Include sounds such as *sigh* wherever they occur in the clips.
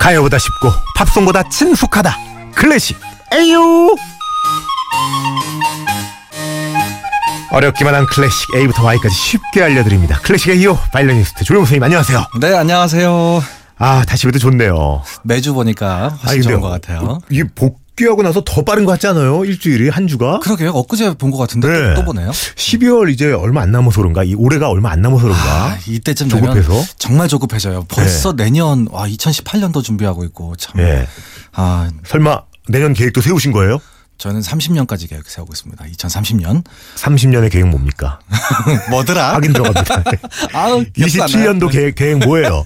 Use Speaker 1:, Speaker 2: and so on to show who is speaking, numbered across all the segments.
Speaker 1: 가요보다 쉽고 팝송보다 친숙하다 클래식 에이오 어렵기만 한 클래식 A부터 Y까지 쉽게 알려드립니다 클래식 에이오 바이올리니스트 조용 선생님 안녕하세요
Speaker 2: 네, 안녕하세요.
Speaker 1: 아 다시 봬도 좋네요
Speaker 2: 매주 보니까 훨씬
Speaker 1: 아니, 근데
Speaker 2: 좋은 것 같아요.
Speaker 1: 이 복귀하고 나서 더 빠른 것 같지 않아요 일주일이 한 주가
Speaker 2: 그러게요. 엊그제 본 것 같은데
Speaker 1: 네.
Speaker 2: 또, 또 보네요.
Speaker 1: 12월 이제 얼마 안 남아서 그런가 이 올해가 얼마 안 남아서 그런가
Speaker 2: 아, 이때쯤 되면
Speaker 1: 조급해서
Speaker 2: 정말 조급해져요. 벌써 내년 와 2018년도 준비하고 있고 참.
Speaker 1: 예
Speaker 2: 아
Speaker 1: 설마 내년 계획도 세우신 거예요?
Speaker 2: 저는 30년까지 계획 세우고 있습니다. 2030년
Speaker 1: 30년의 계획 뭡니까?
Speaker 2: *laughs* 뭐더라?
Speaker 1: 확인
Speaker 2: *laughs*
Speaker 1: 들어갑니다.
Speaker 2: 아우, 기억도 안 나요.
Speaker 1: 27년도 계획, 계획 뭐예요?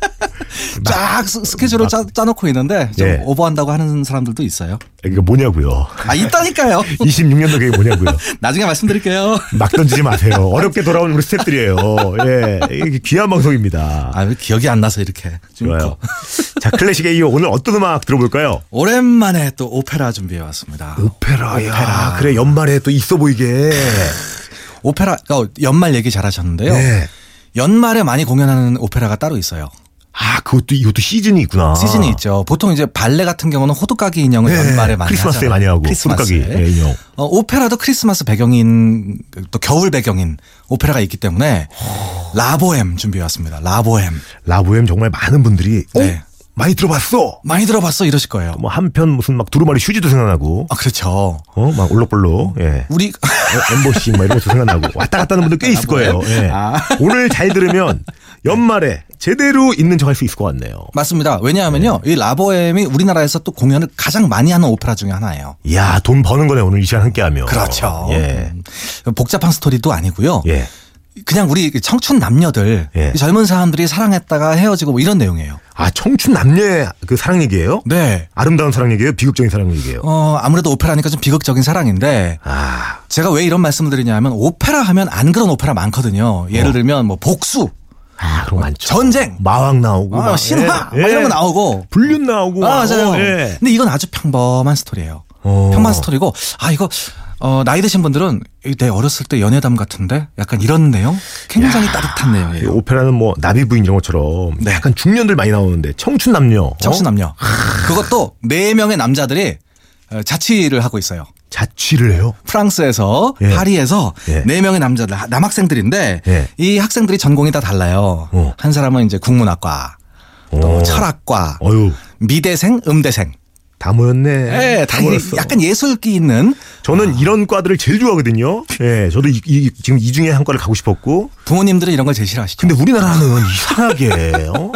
Speaker 2: 쫙 스- 스케줄을 짜, 짜놓고 있는데 좀
Speaker 1: 예.
Speaker 2: 오버한다고 하는 사람들도 있어요.
Speaker 1: 이게 뭐냐고요?
Speaker 2: 아 있다니까요. *laughs*
Speaker 1: 26년도 계획 뭐냐고요?
Speaker 2: 나중에 말씀드릴게요.
Speaker 1: 막 던지지 마세요. 어렵게 돌아온 우리 스탭들이에요. 예, 이게 귀한 방송입니다.
Speaker 2: 아왜 기억이 안 나서 이렇게 좀
Speaker 1: 좋아요.
Speaker 2: 커.
Speaker 1: 자, 클래식에 이어 오늘 어떤 음악 들어볼까요?
Speaker 2: 오랜만에 또 오페라 준비해 왔습니다.
Speaker 1: 오페라, 야, 그래 연말에 또 있어 보이게.
Speaker 2: 오페라 어, 연말 얘기 잘하셨는데요.
Speaker 1: 네.
Speaker 2: 연말에 많이 공연하는 오페라가 따로 있어요.
Speaker 1: 아, 그것도 이것도 시즌이 있구나.
Speaker 2: 시즌이 있죠. 보통 이제 발레 같은 경우는 호두까기 인형을
Speaker 1: 예,
Speaker 2: 연말에 많이
Speaker 1: 크리스마스에
Speaker 2: 하잖아요.
Speaker 1: 많이 하고
Speaker 2: 크리스마스에.
Speaker 1: 호두까기, 예, 인형.
Speaker 2: 어, 오페라도 크리스마스 배경인 또 겨울 배경인 오페라가 있기 때문에 라보엠 준비해 왔습니다. 라보엠
Speaker 1: 라보엠 정말 많은 분들이 어?
Speaker 2: 네.
Speaker 1: 많이 들어봤어.
Speaker 2: 많이 들어봤어 이러실 거예요.
Speaker 1: 뭐 한편 무슨 막 두루마리 휴지도 생각나고
Speaker 2: 아 그렇죠.
Speaker 1: 어 막 올록볼록 예.
Speaker 2: 우리 *laughs*
Speaker 1: 어, 엠보싱 막 이런 것도 생각나고 왔다 갔다 하는 분들 꽤 있을 거예요. 예.
Speaker 2: 아.
Speaker 1: 오늘 잘 들으면 연말에 제대로 있는 척 할 수 있을 것 같네요.
Speaker 2: 맞습니다. 왜냐하면요,
Speaker 1: 네.
Speaker 2: 이 라보엠이 우리나라에서 또 공연을 가장 많이 하는 오페라 중에 하나예요.
Speaker 1: 이야 돈 버는 거네 오늘 이 시간 함께하며.
Speaker 2: 그렇죠.
Speaker 1: 예.
Speaker 2: 음, 복잡한 스토리도 아니고요.
Speaker 1: 예.
Speaker 2: 그냥 우리 청춘 남녀들
Speaker 1: 예.
Speaker 2: 이 젊은 사람들이 사랑했다가 헤어지고 뭐 이런 내용이에요.
Speaker 1: 아 청춘 남녀의 그 사랑 얘기예요?
Speaker 2: 네.
Speaker 1: 아름다운 사랑 얘기예요? 비극적인 사랑 얘기예요?
Speaker 2: 어, 아무래도 오페라니까 좀 비극적인 사랑인데
Speaker 1: 아
Speaker 2: 제가 왜 이런 말씀을 드리냐면 오페라 하면 안 그런 오페라 많거든요. 예를
Speaker 1: 어.
Speaker 2: 들면 뭐 복수,
Speaker 1: 아, 그럼 많죠.
Speaker 2: 전쟁,
Speaker 1: 마왕 나오고
Speaker 2: 아,
Speaker 1: 막,
Speaker 2: 신화
Speaker 1: 예,
Speaker 2: 막 이런
Speaker 1: 예.
Speaker 2: 거 나오고
Speaker 1: 불륜 나오고
Speaker 2: 아,
Speaker 1: 막,
Speaker 2: 맞아요.
Speaker 1: 어, 예.
Speaker 2: 근데 이건 아주 평범한 스토리예요.
Speaker 1: 어.
Speaker 2: 평범한 스토리고 아 이거 어, 나이 드신 분들은 이내 어렸을 때 연애담 같은데 약간 이런 내용 굉장히 따뜻한
Speaker 1: 이
Speaker 2: 내용이에요.
Speaker 1: 오페라는 뭐 나비부인 이런 것처럼
Speaker 2: 네.
Speaker 1: 약간 중년들 많이 나오는데 청춘 남녀 어?
Speaker 2: 청춘 남녀. 그것도 네 명의 남자들이 어, 자취를 하고 있어요.
Speaker 1: 자취를 해요.
Speaker 2: 프랑스에서
Speaker 1: 예.
Speaker 2: 파리에서
Speaker 1: 예.
Speaker 2: 네 명의 남자들 하- 남학생들인데
Speaker 1: 예.
Speaker 2: 이 학생들이 전공이 다 달라요.
Speaker 1: 어.
Speaker 2: 한 사람은 이제 국문학과, 또
Speaker 1: 어.
Speaker 2: 철학과,
Speaker 1: 어유 음.
Speaker 2: 미대생, 음대생.
Speaker 1: 다 모였네.
Speaker 2: 예, 다 이-
Speaker 1: 모였어. 아.
Speaker 2: 약간 예술기 있는
Speaker 1: 저는 이런 과들을 제일 좋아하거든요. 예, 저도 이, 이- 지금 이 중에 한 과를 가고 싶었고.
Speaker 2: 부모님들은 이런 걸 제일 싫어하시죠.
Speaker 1: 근데 우리나라는 이상하게, 어?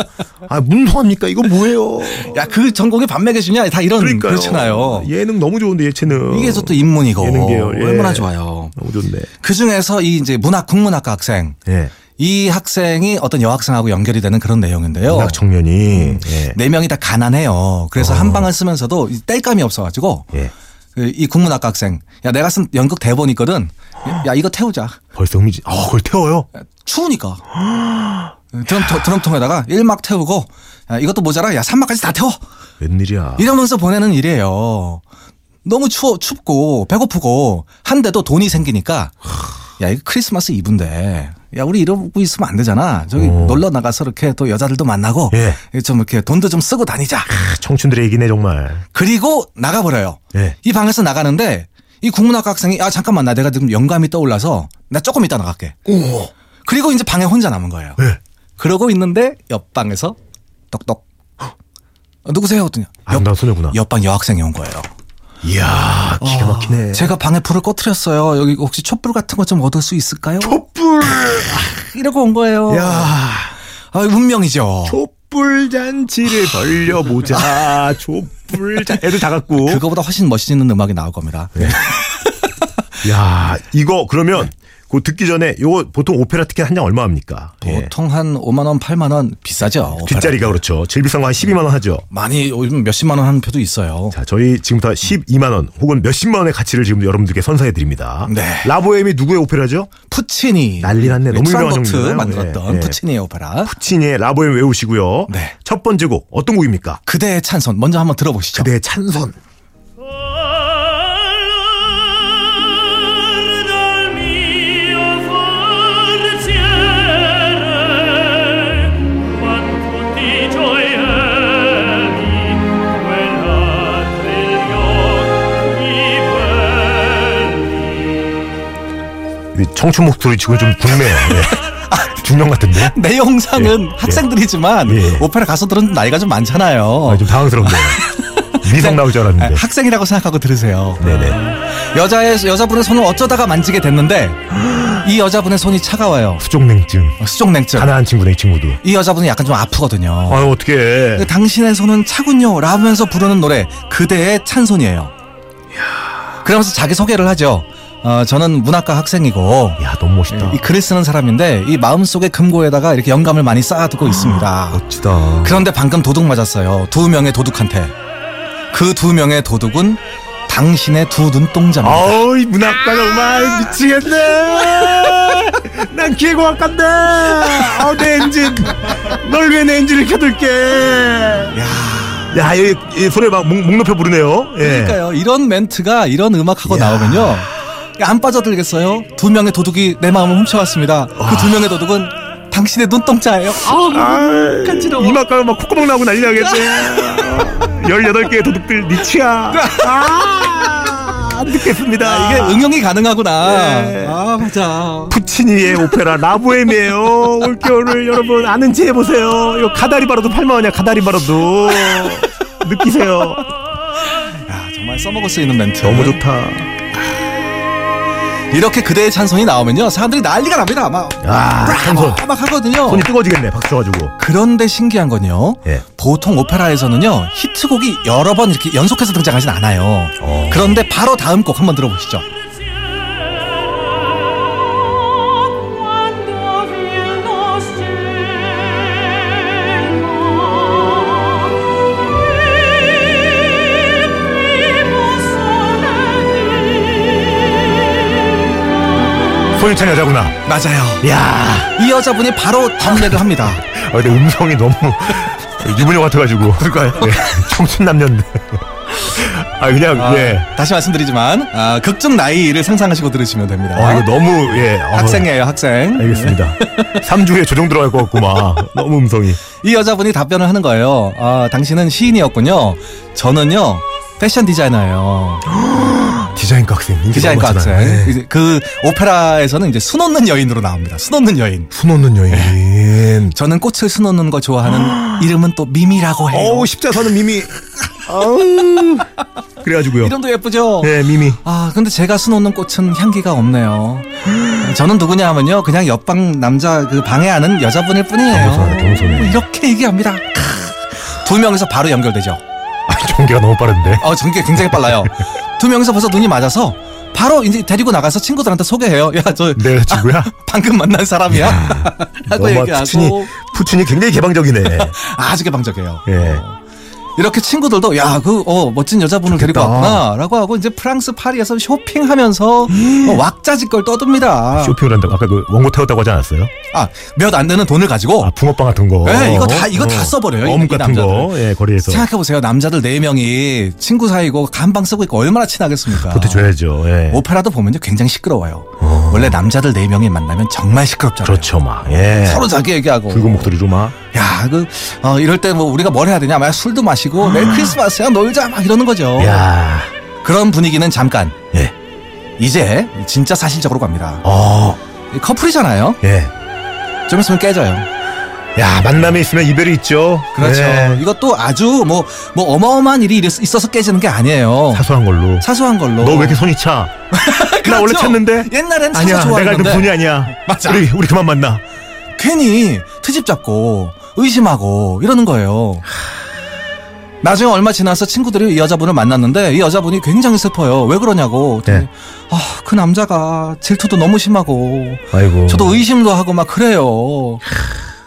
Speaker 1: 아, 문서합니까? 이거 뭐예요?
Speaker 2: 야, 그 전공이 반맥에 주냐? 다 이런
Speaker 1: 그러니까요.
Speaker 2: 렇잖아요
Speaker 1: 예능 너무 좋은데, 예체능.
Speaker 2: 이게 또 인문이고
Speaker 1: 예능계열, 예.
Speaker 2: 얼마나 좋아요.
Speaker 1: 너무 좋네.
Speaker 2: 그 중에서 이 이제 문학 국문학과 학생
Speaker 1: 예.
Speaker 2: 이 학생이 어떤 여학생하고 연결이 되는 그런 내용인데요.
Speaker 1: 문학 청년이. 예. 어.
Speaker 2: 네 명이 다 가난해요. 그래서 한 방을 쓰면서도 이 뗄감이 없어가지고
Speaker 1: 예.
Speaker 2: 그이 국문학과 학생 야 내가 쓴 연극 대본 있거든. 야 이거 태우자.
Speaker 1: 벌써 흥미지. 아, 그걸 태워요?
Speaker 2: 추우니까.
Speaker 1: *gasps*
Speaker 2: 드럼, 드럼통에다가 1막 태우고 야, 이것도 모자라 야 3막까지 다 태워.
Speaker 1: 웬일이야.
Speaker 2: 이러면서 보내는 일이에요. 너무 추워 춥고 배고프고 한데도 돈이 생기니까 야 이거 크리스마스 이브인데 야 우리 이러고 있으면 안 되잖아. 저기
Speaker 1: 어.
Speaker 2: 놀러 나가서 이렇게 또 여자들도 만나고
Speaker 1: 예.
Speaker 2: 좀 이렇게 돈도 좀 쓰고 다니자.
Speaker 1: 아, 청춘들의 얘기네, 정말.
Speaker 2: 그리고 나가버려요.
Speaker 1: 예.
Speaker 2: 이 방에서 나가는데 이 국문학과 학생이 아 잠깐만 나 내가 지금 영감이 떠올라서 나 조금 이따 나갈게.
Speaker 1: 오.
Speaker 2: 그리고 이제 방에 혼자 남은 거예요.
Speaker 1: 예.
Speaker 2: 그러고 있는데 옆방에서 똑똑 어, 누구세요? 어떠냐? 옆,
Speaker 1: 아름다운 소녀구나.
Speaker 2: 옆방 여학생이 아. 온 거예요.
Speaker 1: 이야, 기가 막히네.
Speaker 2: 제가 방에 불을 꺼뜨렸어요. 여기 혹시 촛불 같은 거 좀 얻을 수 있을까요?
Speaker 1: 촛불!
Speaker 2: 이러고 온 거예요.
Speaker 1: 야
Speaker 2: 아, 운명이죠.
Speaker 1: 촛불 잔치를 벌려보자. *laughs* 촛불 잔 애들 다 갖고.
Speaker 2: 그거보다 훨씬 멋있는 음악이 나올 겁니다.
Speaker 1: 예, 그, 야, 이거 그러면 그 듣기 전에 요거 보통 오페라 티켓 한 장 얼마 합니까? 예.
Speaker 2: 보통 한 5만 원, 8만 원 비싸죠.
Speaker 1: 뒷자리가 그렇죠. 제일 비싼 거 한 12만 원 하죠.
Speaker 2: 많이 요즘 몇십만 원 하는 표도 있어요.
Speaker 1: 자, 저희 지금부터 12만 원 혹은 몇십만 원의 가치를 지금 여러분들께 선사해 드립니다.
Speaker 2: 네.
Speaker 1: 라보엠이 누구의 오페라죠?
Speaker 2: 푸치니
Speaker 1: 난리 났네. 너무 유명한
Speaker 2: 트랑버트
Speaker 1: 형님이잖아요.
Speaker 2: 만들었던
Speaker 1: 예, 예.
Speaker 2: 푸치니의 오페라
Speaker 1: 푸치니의 라보엠 외우시고요.
Speaker 2: 네.
Speaker 1: 첫 번째 곡 어떤 곡입니까?
Speaker 2: 그대의 찬송 먼저 한번 들어보시죠.
Speaker 1: 그대의 찬선.
Speaker 3: Parlar dal mio forziere, quanto ti gioievi
Speaker 1: 이 청춘 목소리 지금 좀 굵네요. *laughs* 예. 중년 같은데?
Speaker 2: 내 영상은 학생들이지만
Speaker 1: 예.
Speaker 2: 오페라 가수들은 나이가 좀 많잖아요.
Speaker 1: 아, 좀 *laughs* 당황스럽네요. 미성 나올 줄
Speaker 2: 네,
Speaker 1: 알았는데.
Speaker 2: 학생이라고 생각하고 들으세요.
Speaker 1: 아, 예. 네네.
Speaker 2: 여자의 여자분의 손을 어쩌다가 만지게 됐는데 이 여자분의 손이 차가워요.
Speaker 1: 수족냉증.
Speaker 2: 수족냉증.
Speaker 1: 가난한 친구네, 이 친구도.
Speaker 2: 이 여자분은 약간 좀 아프거든요.
Speaker 1: 아, 아유, 네. 어떻게.
Speaker 2: 근데 당신의 손은 차군요 라면서 부르는 노래 그대의 찬손이에요. 그러면서 자기 소개를 하죠. 어, 저는 문학과 학생이고
Speaker 1: 야, 너무 멋있다.
Speaker 2: 이 글을 쓰는 사람인데 이 마음속의 금고에다가 이렇게 영감을 많이 쌓아두고 있습니다.
Speaker 1: 멋지다.
Speaker 2: 그런데 방금 도둑 맞았어요. 두 명의 도둑한테. 그 두 명의 도둑은 당신의 두 눈동자입니다.
Speaker 1: 아우, 이 문학과 정말 미치겠네. 난 기계공학과인데. 아우, 내 엔진. 널 위해 내 엔진을 켜둘게. 야. 야, 이, 이 소리를 막 목, 목 높여 부르네요. 예.
Speaker 2: 그러니까요. 이런 멘트가 이런 음악하고
Speaker 1: 이야.
Speaker 2: 나오면요. 안 빠져들겠어요. 두 명의 도둑이 내 마음을 훔쳐왔습니다. 그 두 명의 도둑은 당신의 눈동자예요. 아우,
Speaker 1: 아,
Speaker 2: 간지러워.
Speaker 1: 이마가 막 콧구멍 나고 난리 *laughs* 나겠네. 18개의 도둑들 니치야. 아, 듣겠습니다.
Speaker 2: 이게 응용이 가능하구나.
Speaker 1: 네.
Speaker 2: 아, 맞아.
Speaker 1: 푸치니의 오페라 라보엠이에요. 올겨울을 여러분 아는지 해보세요. 이거 가다리 바로도 8만 원이야. 가다리 바로도 느끼세요.
Speaker 2: 야, 정말 써먹을 수 있는 멘트.
Speaker 1: 너무 좋다.
Speaker 2: 이렇게 그대의 찬송이 나오면요. 사람들이 난리가 납니다. 막,
Speaker 1: 아, 찬송.
Speaker 2: 막 하거든요.
Speaker 1: 손이 뜨거워지겠네. 박수 쳐가지고.
Speaker 2: 그런데 신기한 건요.
Speaker 1: 예.
Speaker 2: 보통 오페라에서는요. 히트곡이 여러 번 이렇게 연속해서 등장하진 않아요.
Speaker 1: 어.
Speaker 2: 그런데 바로 다음 곡 한번 들어보시죠.
Speaker 3: Quando viene lo cielo, il primo sole
Speaker 1: 소유찬 여자구나.
Speaker 2: 맞아요.
Speaker 1: 야
Speaker 2: 이 여자분이 바로 답례를 합니다.
Speaker 1: 아, 근데 음성이 너무 유부녀 같아가지고. 그럴까요? 청춘 남녀인데. 아, 그냥,
Speaker 2: 아,
Speaker 1: *laughs* 예.
Speaker 2: 다시 말씀드리지만 아, 극중 나이를 상상하시고 들으시면 됩니다.
Speaker 1: 아, 이거 너무, 예. 어,
Speaker 2: 학생이에요, 학생.
Speaker 1: 알겠습니다. 3주에 조정 들어갈 것 같고, 막. 너무 음성이.
Speaker 2: 이 여자분이 답변을 하는 거예요. 아, 당신은 시인이었군요. 저는요. 패션 디자이너예요.
Speaker 1: 디자인과 학생. 인기
Speaker 2: 디자인과
Speaker 1: 아, 너무
Speaker 2: 학생.
Speaker 1: 많잖아요. 예.
Speaker 2: 이제 그 오페라에서는 이제 수놓는 여인으로 나옵니다. 수놓는 여인.
Speaker 1: 수놓는 여인.
Speaker 2: 저는 꽃을 수놓는
Speaker 1: *gasps*
Speaker 2: 거 좋아하는 이름은 또 미미라고 해요.
Speaker 1: 어우 십자서는 미미. 아우. 그래가지고요.
Speaker 2: *laughs* 이름도 예쁘죠?
Speaker 1: 네 미미.
Speaker 2: 아, 근데 제가 수놓는 꽃은
Speaker 1: *gasps*
Speaker 2: 향기가 없네요. 저는 누구냐 하면요. 그냥 옆방 남자 그 방해하는 여자분일 뿐이에요. 뭐
Speaker 1: 겸손하다, 겸손해.
Speaker 2: 이렇게 얘기합니다. 두 명이서 바로 연결되죠.
Speaker 1: 아 전개가 너무 빠른데.
Speaker 2: 어, 전개
Speaker 1: *laughs*
Speaker 2: 굉장히 빨라요. 두 명이서 벌써 눈이 맞아서 바로 이제 데리고 나가서 친구들한테 소개해요. 야, 저
Speaker 1: 내 친구야.
Speaker 2: 방금 만난 사람이야. *laughs* 하고
Speaker 1: 네, 너무
Speaker 2: 아, 네, 얘기하고
Speaker 1: 푸친이 푸친이 굉장히 개방적이네.
Speaker 2: 아주 개방적해요. 어.
Speaker 1: 예.
Speaker 2: 이렇게 친구들도 야 그 어 멋진 여자분을 데리고
Speaker 1: 좋겠다.
Speaker 2: 왔구나라고 하고 이제 프랑스 파리에서 쇼핑하면서 어, 왁자지껄 떠듭니다.
Speaker 1: 음. 쇼핑을 한다고 아까 그 원고 태웠다고 하지 않았어요?
Speaker 2: 아 몇 안 되는 돈을 가지고
Speaker 1: 아 붕어빵 같은 거.
Speaker 2: 예, 이거 다- 이거 다 써버려요, 이-
Speaker 1: 어묵
Speaker 2: 이
Speaker 1: 같은 거.
Speaker 2: 남자들.
Speaker 1: 예 거리에서.
Speaker 2: 생각해 보세요 남자들 네 명이 친구 사이고 간방 쓰고 있고 얼마나 친하겠습니까?
Speaker 1: 보태줘야죠. 예.
Speaker 2: 오페라도 보면요 굉장히 시끄러워요. 원래 남자들 네 명이 만나면 정말 시끄럽잖아요.
Speaker 1: 그렇죠 막. 예.
Speaker 2: 서로 자기 얘기하고
Speaker 1: 붉은 목소리로 막.
Speaker 2: 야, 그, 어, 이럴 때 뭐 우리가 뭘 해야 되냐? 막 술도 마시고, 내 크리스마스야, 놀자, 막 이러는 거죠.
Speaker 1: 아. 야.
Speaker 2: 그런 분위기는 잠깐.
Speaker 1: 예.
Speaker 2: 이제 진짜 사실적으로 갑니다.
Speaker 1: 어.
Speaker 2: 커플이잖아요.
Speaker 1: 예.
Speaker 2: 좀 있으면 깨져요.
Speaker 1: 야 만남이 있으면 이별이 있죠.
Speaker 2: 그렇죠.
Speaker 1: 예.
Speaker 2: 이것도 아주 뭐, 뭐 어마어마한 일이 이래서- 있어서 깨지는 게 아니에요.
Speaker 1: 사소한 걸로.
Speaker 2: 사소한 걸로.
Speaker 1: 너 왜 이렇게 손이
Speaker 2: *laughs*
Speaker 1: 차? 나 원래
Speaker 2: 그렇죠.
Speaker 1: 찼는데.
Speaker 2: 옛날엔 사소
Speaker 1: 아니야 내가 알던
Speaker 2: 좋아했는데
Speaker 1: 분이 아니야.
Speaker 2: 맞아.
Speaker 1: 우리 우리 그만 만나.
Speaker 2: 괜히 트집 잡고 의심하고 이러는 거예요. 나중에 얼마 지나서 친구들이 이 여자분을 만났는데 이 여자분이 굉장히 슬퍼요. 왜 그러냐고.
Speaker 1: 네.
Speaker 2: 아, 그 남자가 질투도 너무 심하고
Speaker 1: 아이고.
Speaker 2: 저도 의심도 하고 막 그래요.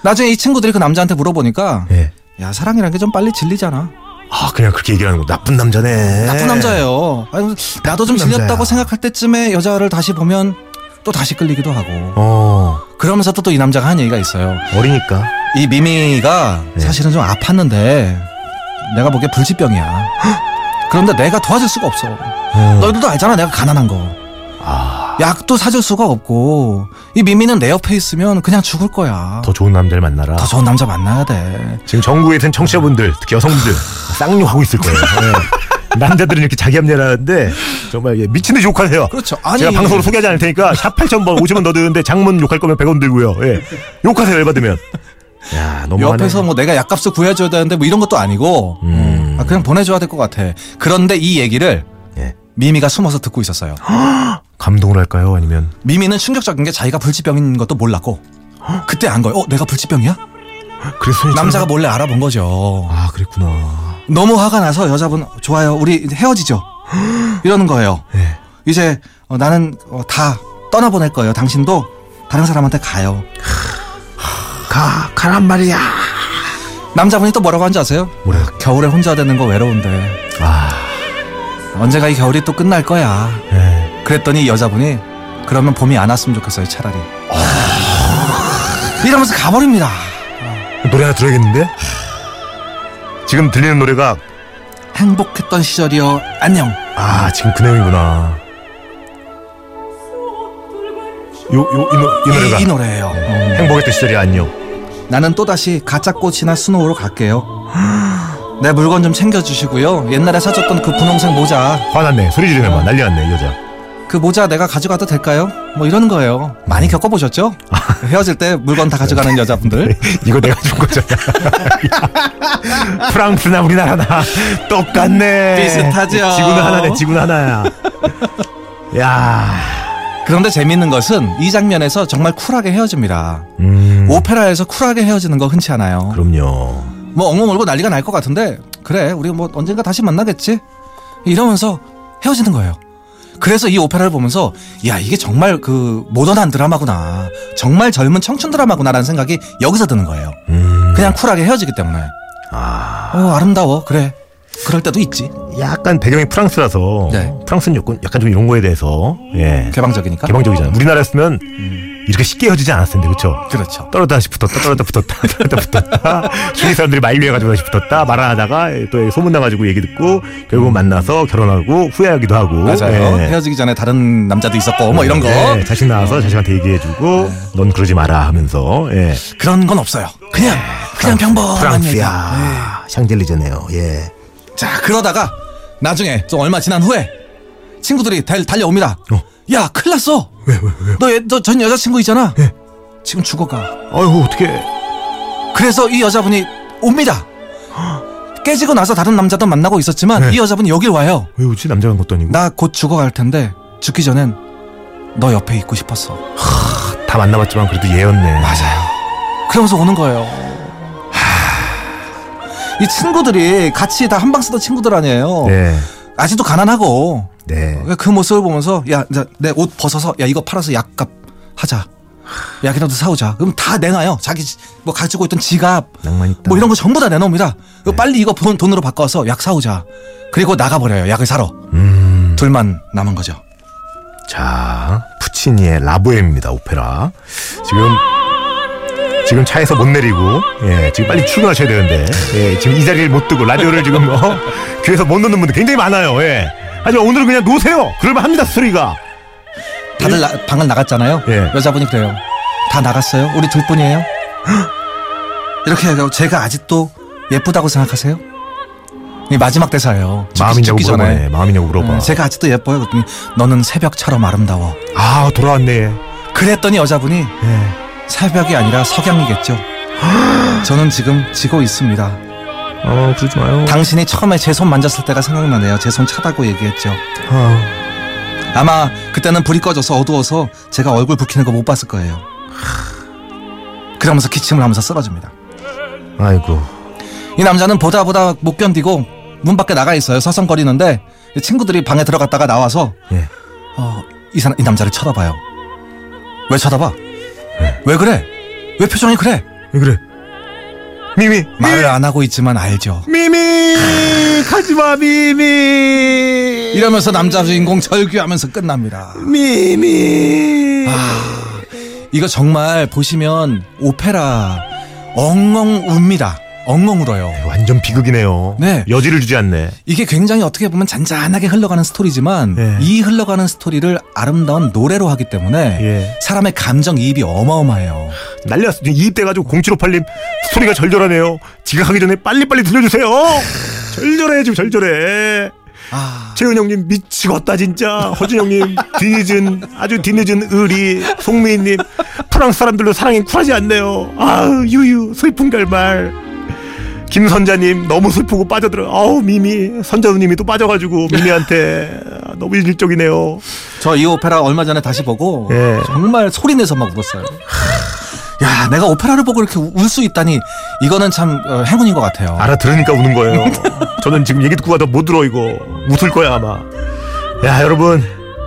Speaker 2: 나중에 이 친구들이 그 남자한테 물어보니까
Speaker 1: 예.
Speaker 2: 야, 사랑이란 게 좀 빨리 질리잖아.
Speaker 1: 아 그냥 그렇게 얘기하는 거 나쁜 남자네.
Speaker 2: 나쁜 남자예요. 아니, 나도 좀
Speaker 1: 나쁜
Speaker 2: 질렸다고
Speaker 1: 남자야.
Speaker 2: 생각할 때쯤에 여자를 다시 보면 또 다시 끌리기도 하고.
Speaker 1: 어
Speaker 2: 그러면서 또 이 남자가 한 얘기가 있어요.
Speaker 1: 어리니까.
Speaker 2: 이 미미가
Speaker 1: 네.
Speaker 2: 사실은 좀 아팠는데 내가 보기에 불치병이야. 그런데 내가 도와줄 수가 없어.
Speaker 1: 어.
Speaker 2: 너희들도 알잖아 내가 가난한 거.
Speaker 1: 아더
Speaker 2: 약도 사줄 수가 없고 이 미미는 내 옆에 있으면 그냥 죽을 거야. 더,
Speaker 1: 좋은 남자를 만나라.
Speaker 2: 좋은 남자 만나야 돼.
Speaker 1: 아. *laughs* 지금 전국에 있는 청취자분들 특히 여성분들 쌍욕하고 있을 거예요. 예. 남자들은 이렇게 자기 합리라는데 정말 예, 미친 듯이 욕을 해요.
Speaker 2: 그렇죠. 아니.
Speaker 1: 제가 방송으로 소개하지 않을 테니까 샵 8000번 50원 더 드는데 장문 욕할 거면 100원 들고요. 예. 욕하세요 열받으면. 야 너무
Speaker 2: 옆에서 뭐 내가 약값을 구해줘야 되는데 뭐 이런 것도 아니고
Speaker 1: 음.
Speaker 2: 아, 그냥 보내줘야 될 것 같아. 그런데 이 얘기를
Speaker 1: 예.
Speaker 2: 미미가 숨어서 듣고 있었어요.
Speaker 1: 감동을 할까요? 아니면
Speaker 2: 미미는 충격적인 게 자기가 불치병인 것도 몰랐고 그때 안 거예요. 어, 내가 불치병이야?
Speaker 1: 그래서
Speaker 2: 남자가 몰래 알아본 거죠.
Speaker 1: 아 그랬구나.
Speaker 2: 너무 화가 나서 여자분 좋아요. 우리 이제 헤어지죠. 이러는 거예요.
Speaker 1: 예.
Speaker 2: 이제 어, 나는 어, 다 떠나보낼 거예요. 당신도 다른 사람한테 가요.
Speaker 1: 가 가란 말이야.
Speaker 2: 남자분이 또 뭐라고 하는지 아세요?
Speaker 1: 뭐래요?
Speaker 2: 겨울에 혼자 되는 거 외로운데
Speaker 1: 아
Speaker 2: 언젠가 이 겨울이 또 끝날 거야.
Speaker 1: 예.
Speaker 2: 그랬더니 여자분이 그러면 봄이 안 왔으면 좋겠어요. 차라리 이러면서 가버립니다.
Speaker 1: 노래 하나 들어야겠는데? 지금 들리는 노래가
Speaker 2: 행복했던 시절이요. 안녕.
Speaker 1: 아 지금 그 내용이구나. 요요이
Speaker 2: 이,
Speaker 1: 노래가
Speaker 2: 이 노래예요. 어.
Speaker 1: 행복했던 시절이 안녕.
Speaker 2: 나는 또다시 가짜 꽃이나 스노우로 갈게요. 내 물건 좀 챙겨주시고요. 옛날에 사줬던 그 분홍색 모자,
Speaker 1: 화났네 소리 지르네 막 난리 났네 이 여자.
Speaker 2: 그 모자 내가 가져가도 될까요? 뭐 이러는 거예요. 많이 겪어보셨죠? 헤어질 때 물건 다 가져가는 여자분들.
Speaker 1: 이거 내가 준 거잖아. *laughs* 프랑스나 우리나라나 똑같네.
Speaker 2: 비슷하죠.
Speaker 1: 지구는 하나네, 지구는 하나야. 야,
Speaker 2: 그런데 재밌는 것은 이 장면에서 정말 쿨하게 헤어집니다.
Speaker 1: 음,
Speaker 2: 오페라에서 쿨하게 헤어지는 거 흔치 않아요.
Speaker 1: 그럼요.
Speaker 2: 뭐 엉엉 울고 난리가 날 것 같은데 그래 우리 뭐 언젠가 다시 만나겠지 이러면서 헤어지는 거예요 그래서 이 오페라를 보면서 야 이게 정말 그 모던한 드라마구나 정말 젊은 청춘 드라마구나라는 생각이 여기서 드는 거예요
Speaker 1: 음,
Speaker 2: 그냥 쿨하게 헤어지기 때문에
Speaker 1: 아,
Speaker 2: 어 아름다워 그래 그럴 때도 있지
Speaker 1: 약간 배경이 프랑스라서
Speaker 2: 네.
Speaker 1: 프랑스는 요건 약간 좀 이런 거에 대해서 예,
Speaker 2: 개방적이니까
Speaker 1: 개방적이잖아요. 우리나라였으면 이렇게 쉽게 헤어지지 않았을 텐데, 그렇죠?
Speaker 2: 그렇죠
Speaker 1: 떨어졌다 다시 붙었다 떨어졌다 *laughs* 붙었다 떨어졌다 붙었다 주위 사람들이 만류해가지고 다시 붙었다 말하다가 또 소문나가지고 얘기 듣고 결국 만나서 결혼하고 후회하기도 하고
Speaker 2: 맞아요
Speaker 1: 예.
Speaker 2: 헤어지기 전에 다른 남자도 있었고 뭐 이런 거
Speaker 1: 네, 자식 나와서 자식한테 얘기해주고 넌 그러지 마라 하면서 예.
Speaker 2: 그런 건 없어요 그냥 그냥 평범한 얘기
Speaker 1: 프랑스야 샹젤리제네요 예.
Speaker 2: 자 그러다가 나중에 좀 얼마 지난 후에 친구들이 달, 달려옵니다
Speaker 1: 어.
Speaker 2: 야 큰일 났어 너전 여자친구 있잖아
Speaker 1: 예.
Speaker 2: 지금 죽어가
Speaker 1: 아유 어떻게
Speaker 2: 그래서 이 여자분이 옵니다 깨지고 나서 다른 남자도 만나고 있었지만
Speaker 1: 네.
Speaker 2: 이 여자분이 여길 와요
Speaker 1: 왜 오지 남자간 것도 아니고
Speaker 2: 나 곧 죽어갈 텐데 죽기 전엔 너 옆에 있고 싶었어
Speaker 1: 다 만나봤지만 그래도 얘였네
Speaker 2: 그러면서 오는 거예요 이 친구들이 같이 다 한방 쓰던 친구들 아니에요
Speaker 1: 네.
Speaker 2: 아직도 가난하고
Speaker 1: 네.
Speaker 2: 그러니까 그 모습을 보면서 야내 옷 벗어서 야 이거 팔아서 약값 하자 약이라도 사오자 그럼 다 내놔요 자기 지- 뭐 가지고 있던 지갑
Speaker 1: 낭만 있다
Speaker 2: 뭐 이런 거 전부 다 내놓습니다
Speaker 1: 네.
Speaker 2: 이거 빨리 이거 돈, 돈으로 바꿔서 약 사오자 그리고 나가버려요 약을 사러
Speaker 1: 음,
Speaker 2: 둘만 남은 거죠
Speaker 1: 자 푸치니의 라보엠입니다 오페라 지금 지금 차에서 못 내리고 예 지금 빨리 출근하셔야 되는데 예 지금 이 자리를 못 두고 라디오를 지금 뭐 귀에서 못 넣는 분들 굉장히 많아요 예 하지만 오늘은 그냥 놓으세요 그럴만 합니다 소리가
Speaker 2: 다들 나- 방을 나갔잖아요
Speaker 1: 예.
Speaker 2: 여자분이 그래요 다 나갔어요 우리 둘뿐이에요 *gasps* 이렇게 해요 제가 아직도 예쁘다고 생각하세요 이 마지막 대사예요 죽기-
Speaker 1: 마음이냐고
Speaker 2: 죽기 전에.
Speaker 1: 물어보네. 마음이냐고 물어봐.
Speaker 2: 음, 제가 아직도 예뻐요. 그랬더니 너는 새벽처럼 아름다워.
Speaker 1: 아 돌아왔네.
Speaker 2: 그랬더니 여자분이
Speaker 1: 예.
Speaker 2: 새벽이 아니라 석양이겠죠. 저는 지금 지고 있습니다. 아,
Speaker 1: 어 그러지 마요.
Speaker 2: 당신이 처음에 제 손 만졌을 때가 생각나네요. 제 손 차다고 얘기했죠.
Speaker 1: 아,
Speaker 2: 아마 그때는 불이 꺼져서 어두워서 제가 얼굴 붉히는 거 못 봤을 거예요. 그러면서 기침을 하면서 쓰러집니다.
Speaker 1: 아이고.
Speaker 2: 이 남자는 보다 보다 못 견디고 문 밖에 나가 있어요. 서성거리는데 이 친구들이 방에 들어갔다가 나와서
Speaker 1: 예.
Speaker 2: 어, 이 사람, 이 남자를 쳐다봐요. 왜 쳐다봐? 왜 그래? 왜 표정이 그래?
Speaker 1: 왜 그래? 미미.
Speaker 2: 말을 안 하고 있지만 알죠.
Speaker 1: 미미. 가지마 미미.
Speaker 2: 이러면서 남자 주인공 절규하면서 끝납니다.
Speaker 1: 미미.
Speaker 2: 아. 이거 정말 보시면 오페라 엉엉 웁니다. 엉엉 울어요.
Speaker 1: 완전 비극이네요.
Speaker 2: 네.
Speaker 1: 여지를 주지 않네.
Speaker 2: 이게 굉장히 어떻게 보면 잔잔하게 흘러가는 스토리지만
Speaker 1: 예.
Speaker 2: 이 흘러가는 스토리를 아름다운 노래로 하기 때문에
Speaker 1: 예.
Speaker 2: 사람의 감정 이입이 어마어마해요.
Speaker 1: 날렸어. 지금 이입돼가지고 0758님 스토리가 절절하네요. 지각하기 전에 빨리빨리 들려주세요. 절절해 지금 절절해.
Speaker 2: 아.
Speaker 1: 최윤 형님 미치겠다 진짜 허준 형님 뒤늦은 아주 뒤늦은 의리 송미희님 프랑스 사람들로 사랑이 쿨하지 않네요 아우 유유 슬픈 결말 김선자님 너무 슬프고 빠져들어 아우 미미 선자누님이 또 빠져가지고 미미한테 아, 너무 일적이네요
Speaker 2: 저 이 오페라 얼마 전에 다시 보고
Speaker 1: 예.
Speaker 2: 정말 소리 내서 막 울었어요. 야, 내가 오페라를 보고 이렇게 울 수 있다니 이거는 참 어, 행운인 것 같아요.
Speaker 1: 알아들으니까 우는
Speaker 2: *laughs*
Speaker 1: 거예요 저는 지금 얘기 듣고 가다 못 들어 이거 웃을 거야 아마 야 여러분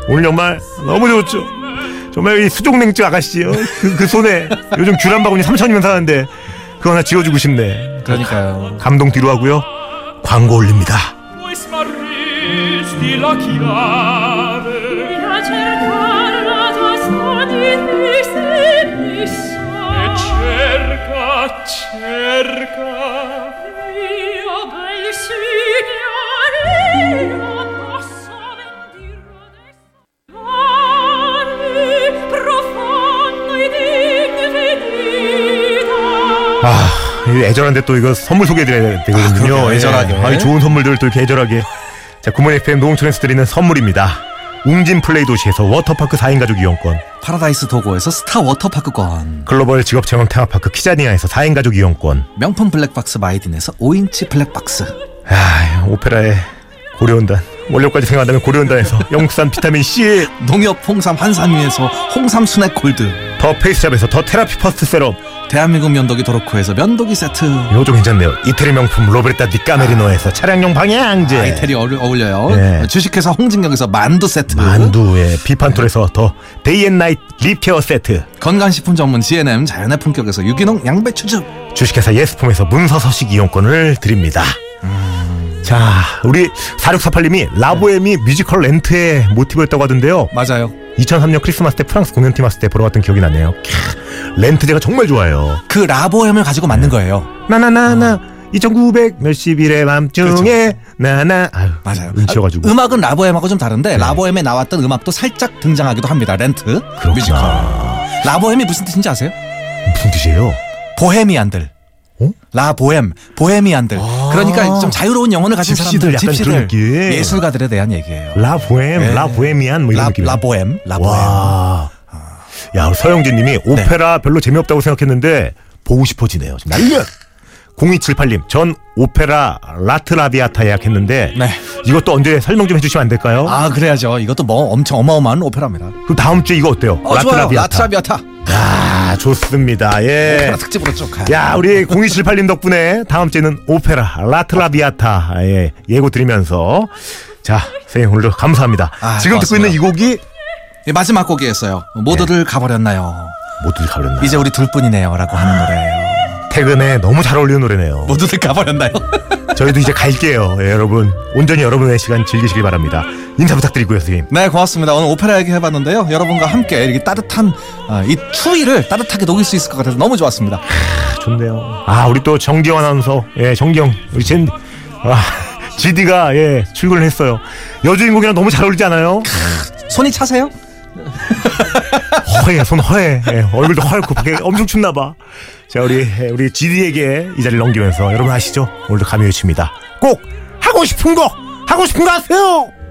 Speaker 1: 오늘 정말 너무 좋았죠 정말 이 수족냉증 아가씨요 그, 그 손에 요즘 귤한 바구니 3천이면 사는데 그거 하나 지어주고 싶네
Speaker 2: 그러니까요.
Speaker 1: 감동 뒤로 하고요. 광고 올립니다.
Speaker 3: poi smarristi la chiave
Speaker 4: a cercare la tua sta di
Speaker 3: e
Speaker 4: tristezza
Speaker 3: cerca, cerca
Speaker 4: Io bel signorino posso bendirlo adesso Mari profondo ed infinita
Speaker 1: 아, 이 애절한데 또 이거 선물 소개해드려야 되거든요.
Speaker 2: 그러게요,
Speaker 1: 예.
Speaker 2: 애절하게.
Speaker 1: 아, 이 좋은 선물들 또 이렇게 애절하게. 자, 구몬 FM 노홍철에서 드리는 선물입니다. 웅진 플레이 도시에서 워터파크 4인 가족 이용권,
Speaker 2: 파라다이스 도고에서 스타 워터파크권,
Speaker 1: 글로벌 직업 체험 테마파크 키자니아에서 4인 가족 이용권.
Speaker 2: 명품 블랙박스 마이딘에서 5인치 블랙박스,
Speaker 1: 아, 오페라의 고려온단. 원료까지 생각한다면
Speaker 2: *laughs*
Speaker 1: 고려온단에서 영국산 비타민 C,
Speaker 2: 농협 홍삼 한삼인에서 홍삼 순액 골드,
Speaker 1: 더 페이스샵에서 더 테라피 퍼스트 세럼.
Speaker 2: 대한민국 면도기 도로코에서 면도기 세트,
Speaker 1: 요즘 괜찮네요. 이태리 명품 로베르타 디카메리노에서 차량용 방향제.
Speaker 2: 아, 이태리 그? 어울- 어울려요.
Speaker 1: 네.
Speaker 2: 주식회사 홍진경에서 예. 만두 세트,
Speaker 1: 만두의 비판톨에서 더 데이앤나잇 립케어 세트
Speaker 2: 건강식품 전문 GNM 자연의 품격에서 유기농 양배추즙.
Speaker 1: 주식회사 예스폼에서 문서 서식 이용권을 드립니다
Speaker 2: 음.
Speaker 1: 자 우리 4648님이 라보엠이 뮤지컬 렌트의 모티브였다고 하던데요
Speaker 2: 맞아요.
Speaker 1: 2003년 크리스마스 때 프랑스 공연팀 왔을 때 보러 갔던 기억이 나네요 캬, 렌트 제가 정말 좋아해요
Speaker 2: 그 라보엠을 가지고 만든 거예요.
Speaker 1: 나나나나
Speaker 2: 어.
Speaker 1: 2900 몇십 일의 밤중에 나나 아유
Speaker 2: 그렇죠. 맞아요.
Speaker 1: 음치여가지고 네.
Speaker 2: 음악은 라보엠하고 좀 다른데 라보엠에 나왔던 음악도 살짝 등장하기도 합니다. 렌트
Speaker 1: 그렇구나.
Speaker 2: 뮤지컬. 라보엠이 무슨 뜻인지 아세요?
Speaker 1: 무슨 뜻이에요?
Speaker 2: 보헤미안들.
Speaker 1: 어? 아.
Speaker 2: 라보엠, 보헤미안들. 그러니까 좀 자유로운 영혼을 가진
Speaker 1: 집시들
Speaker 2: 사람들,
Speaker 1: 약간 그런 느낌.
Speaker 2: 예술가들에 대한 얘기예요.
Speaker 1: 라보엠
Speaker 2: 예.
Speaker 1: 라보엠이안 뭐 이런
Speaker 2: 라,
Speaker 1: 느낌이에요
Speaker 2: 라보엠, 라보엠.
Speaker 1: 와. 야, 우리
Speaker 2: 네.
Speaker 1: 서영진님이 오페라 별로 재미없다고 생각했는데 보고 싶어지네요. 지금 날려. 0278님, 전 오페라 라트라비아타 예약했는데
Speaker 2: 네.
Speaker 1: 이것도 언제 설명 좀 해주시면 안 될까요?
Speaker 2: 아 그래야죠. 이것도 뭐 엄청 어마어마한 오페라입니다.
Speaker 1: 그럼 다음 주에 이거 어때요?
Speaker 2: 어, 좋아요. 라트라비아타. 네,
Speaker 1: 아, 좋습니다. 예.
Speaker 2: 오페라 특집으로 쭉 가.
Speaker 1: 야, 우리 0278님 덕분에 다음 주에는 오페라 라트라비아타 예, 예고 드리면서 자, 선생님 오늘도 감사합니다.
Speaker 2: 아,
Speaker 1: 지금 듣고 있는
Speaker 2: 고맙습니다.
Speaker 1: 이 곡이
Speaker 2: 예, 마지막 곡이었어요. 모두들
Speaker 1: 예.
Speaker 2: 가버렸나요?
Speaker 1: 모두 가버렸나?
Speaker 2: 이제 우리 둘뿐이네요라고 하는 노래예요.
Speaker 1: 퇴근에 너무 잘 어울리는 노래네요.
Speaker 2: 모두들 가버렸나요? *laughs*
Speaker 1: 저희도 이제 갈게요. 예, 여러분 온전히 여러분의 시간 즐기시길 바랍니다. 인사 부탁드리고요, 선생님.
Speaker 2: 네, 고맙습니다. 오늘 오페라 얘기 해봤는데요. 여러분과 함께 이렇게 따뜻한 아, 이 추위를 따뜻하게 녹일 수 있을 것 같아서 너무 좋았습니다.
Speaker 1: 아, 좋네요. 아, 우리 또 정기영 아나운서, 예, 정기영 우리 젠, 아, GD가 예 출근을 했어요. 여주인공이랑 너무 잘 어울리지 않아요?
Speaker 2: 손이 차세요?
Speaker 1: 허해, 손 허해, 예, 얼굴도 헐고 밖에 엄청 춥나 봐. 자, 우리 예, 우리 GD에게 이 자리를 넘기면서 여러분 아시죠? 오늘도 감히 외칩니다. 꼭 하고 싶은 거 하고 싶은 거 하세요.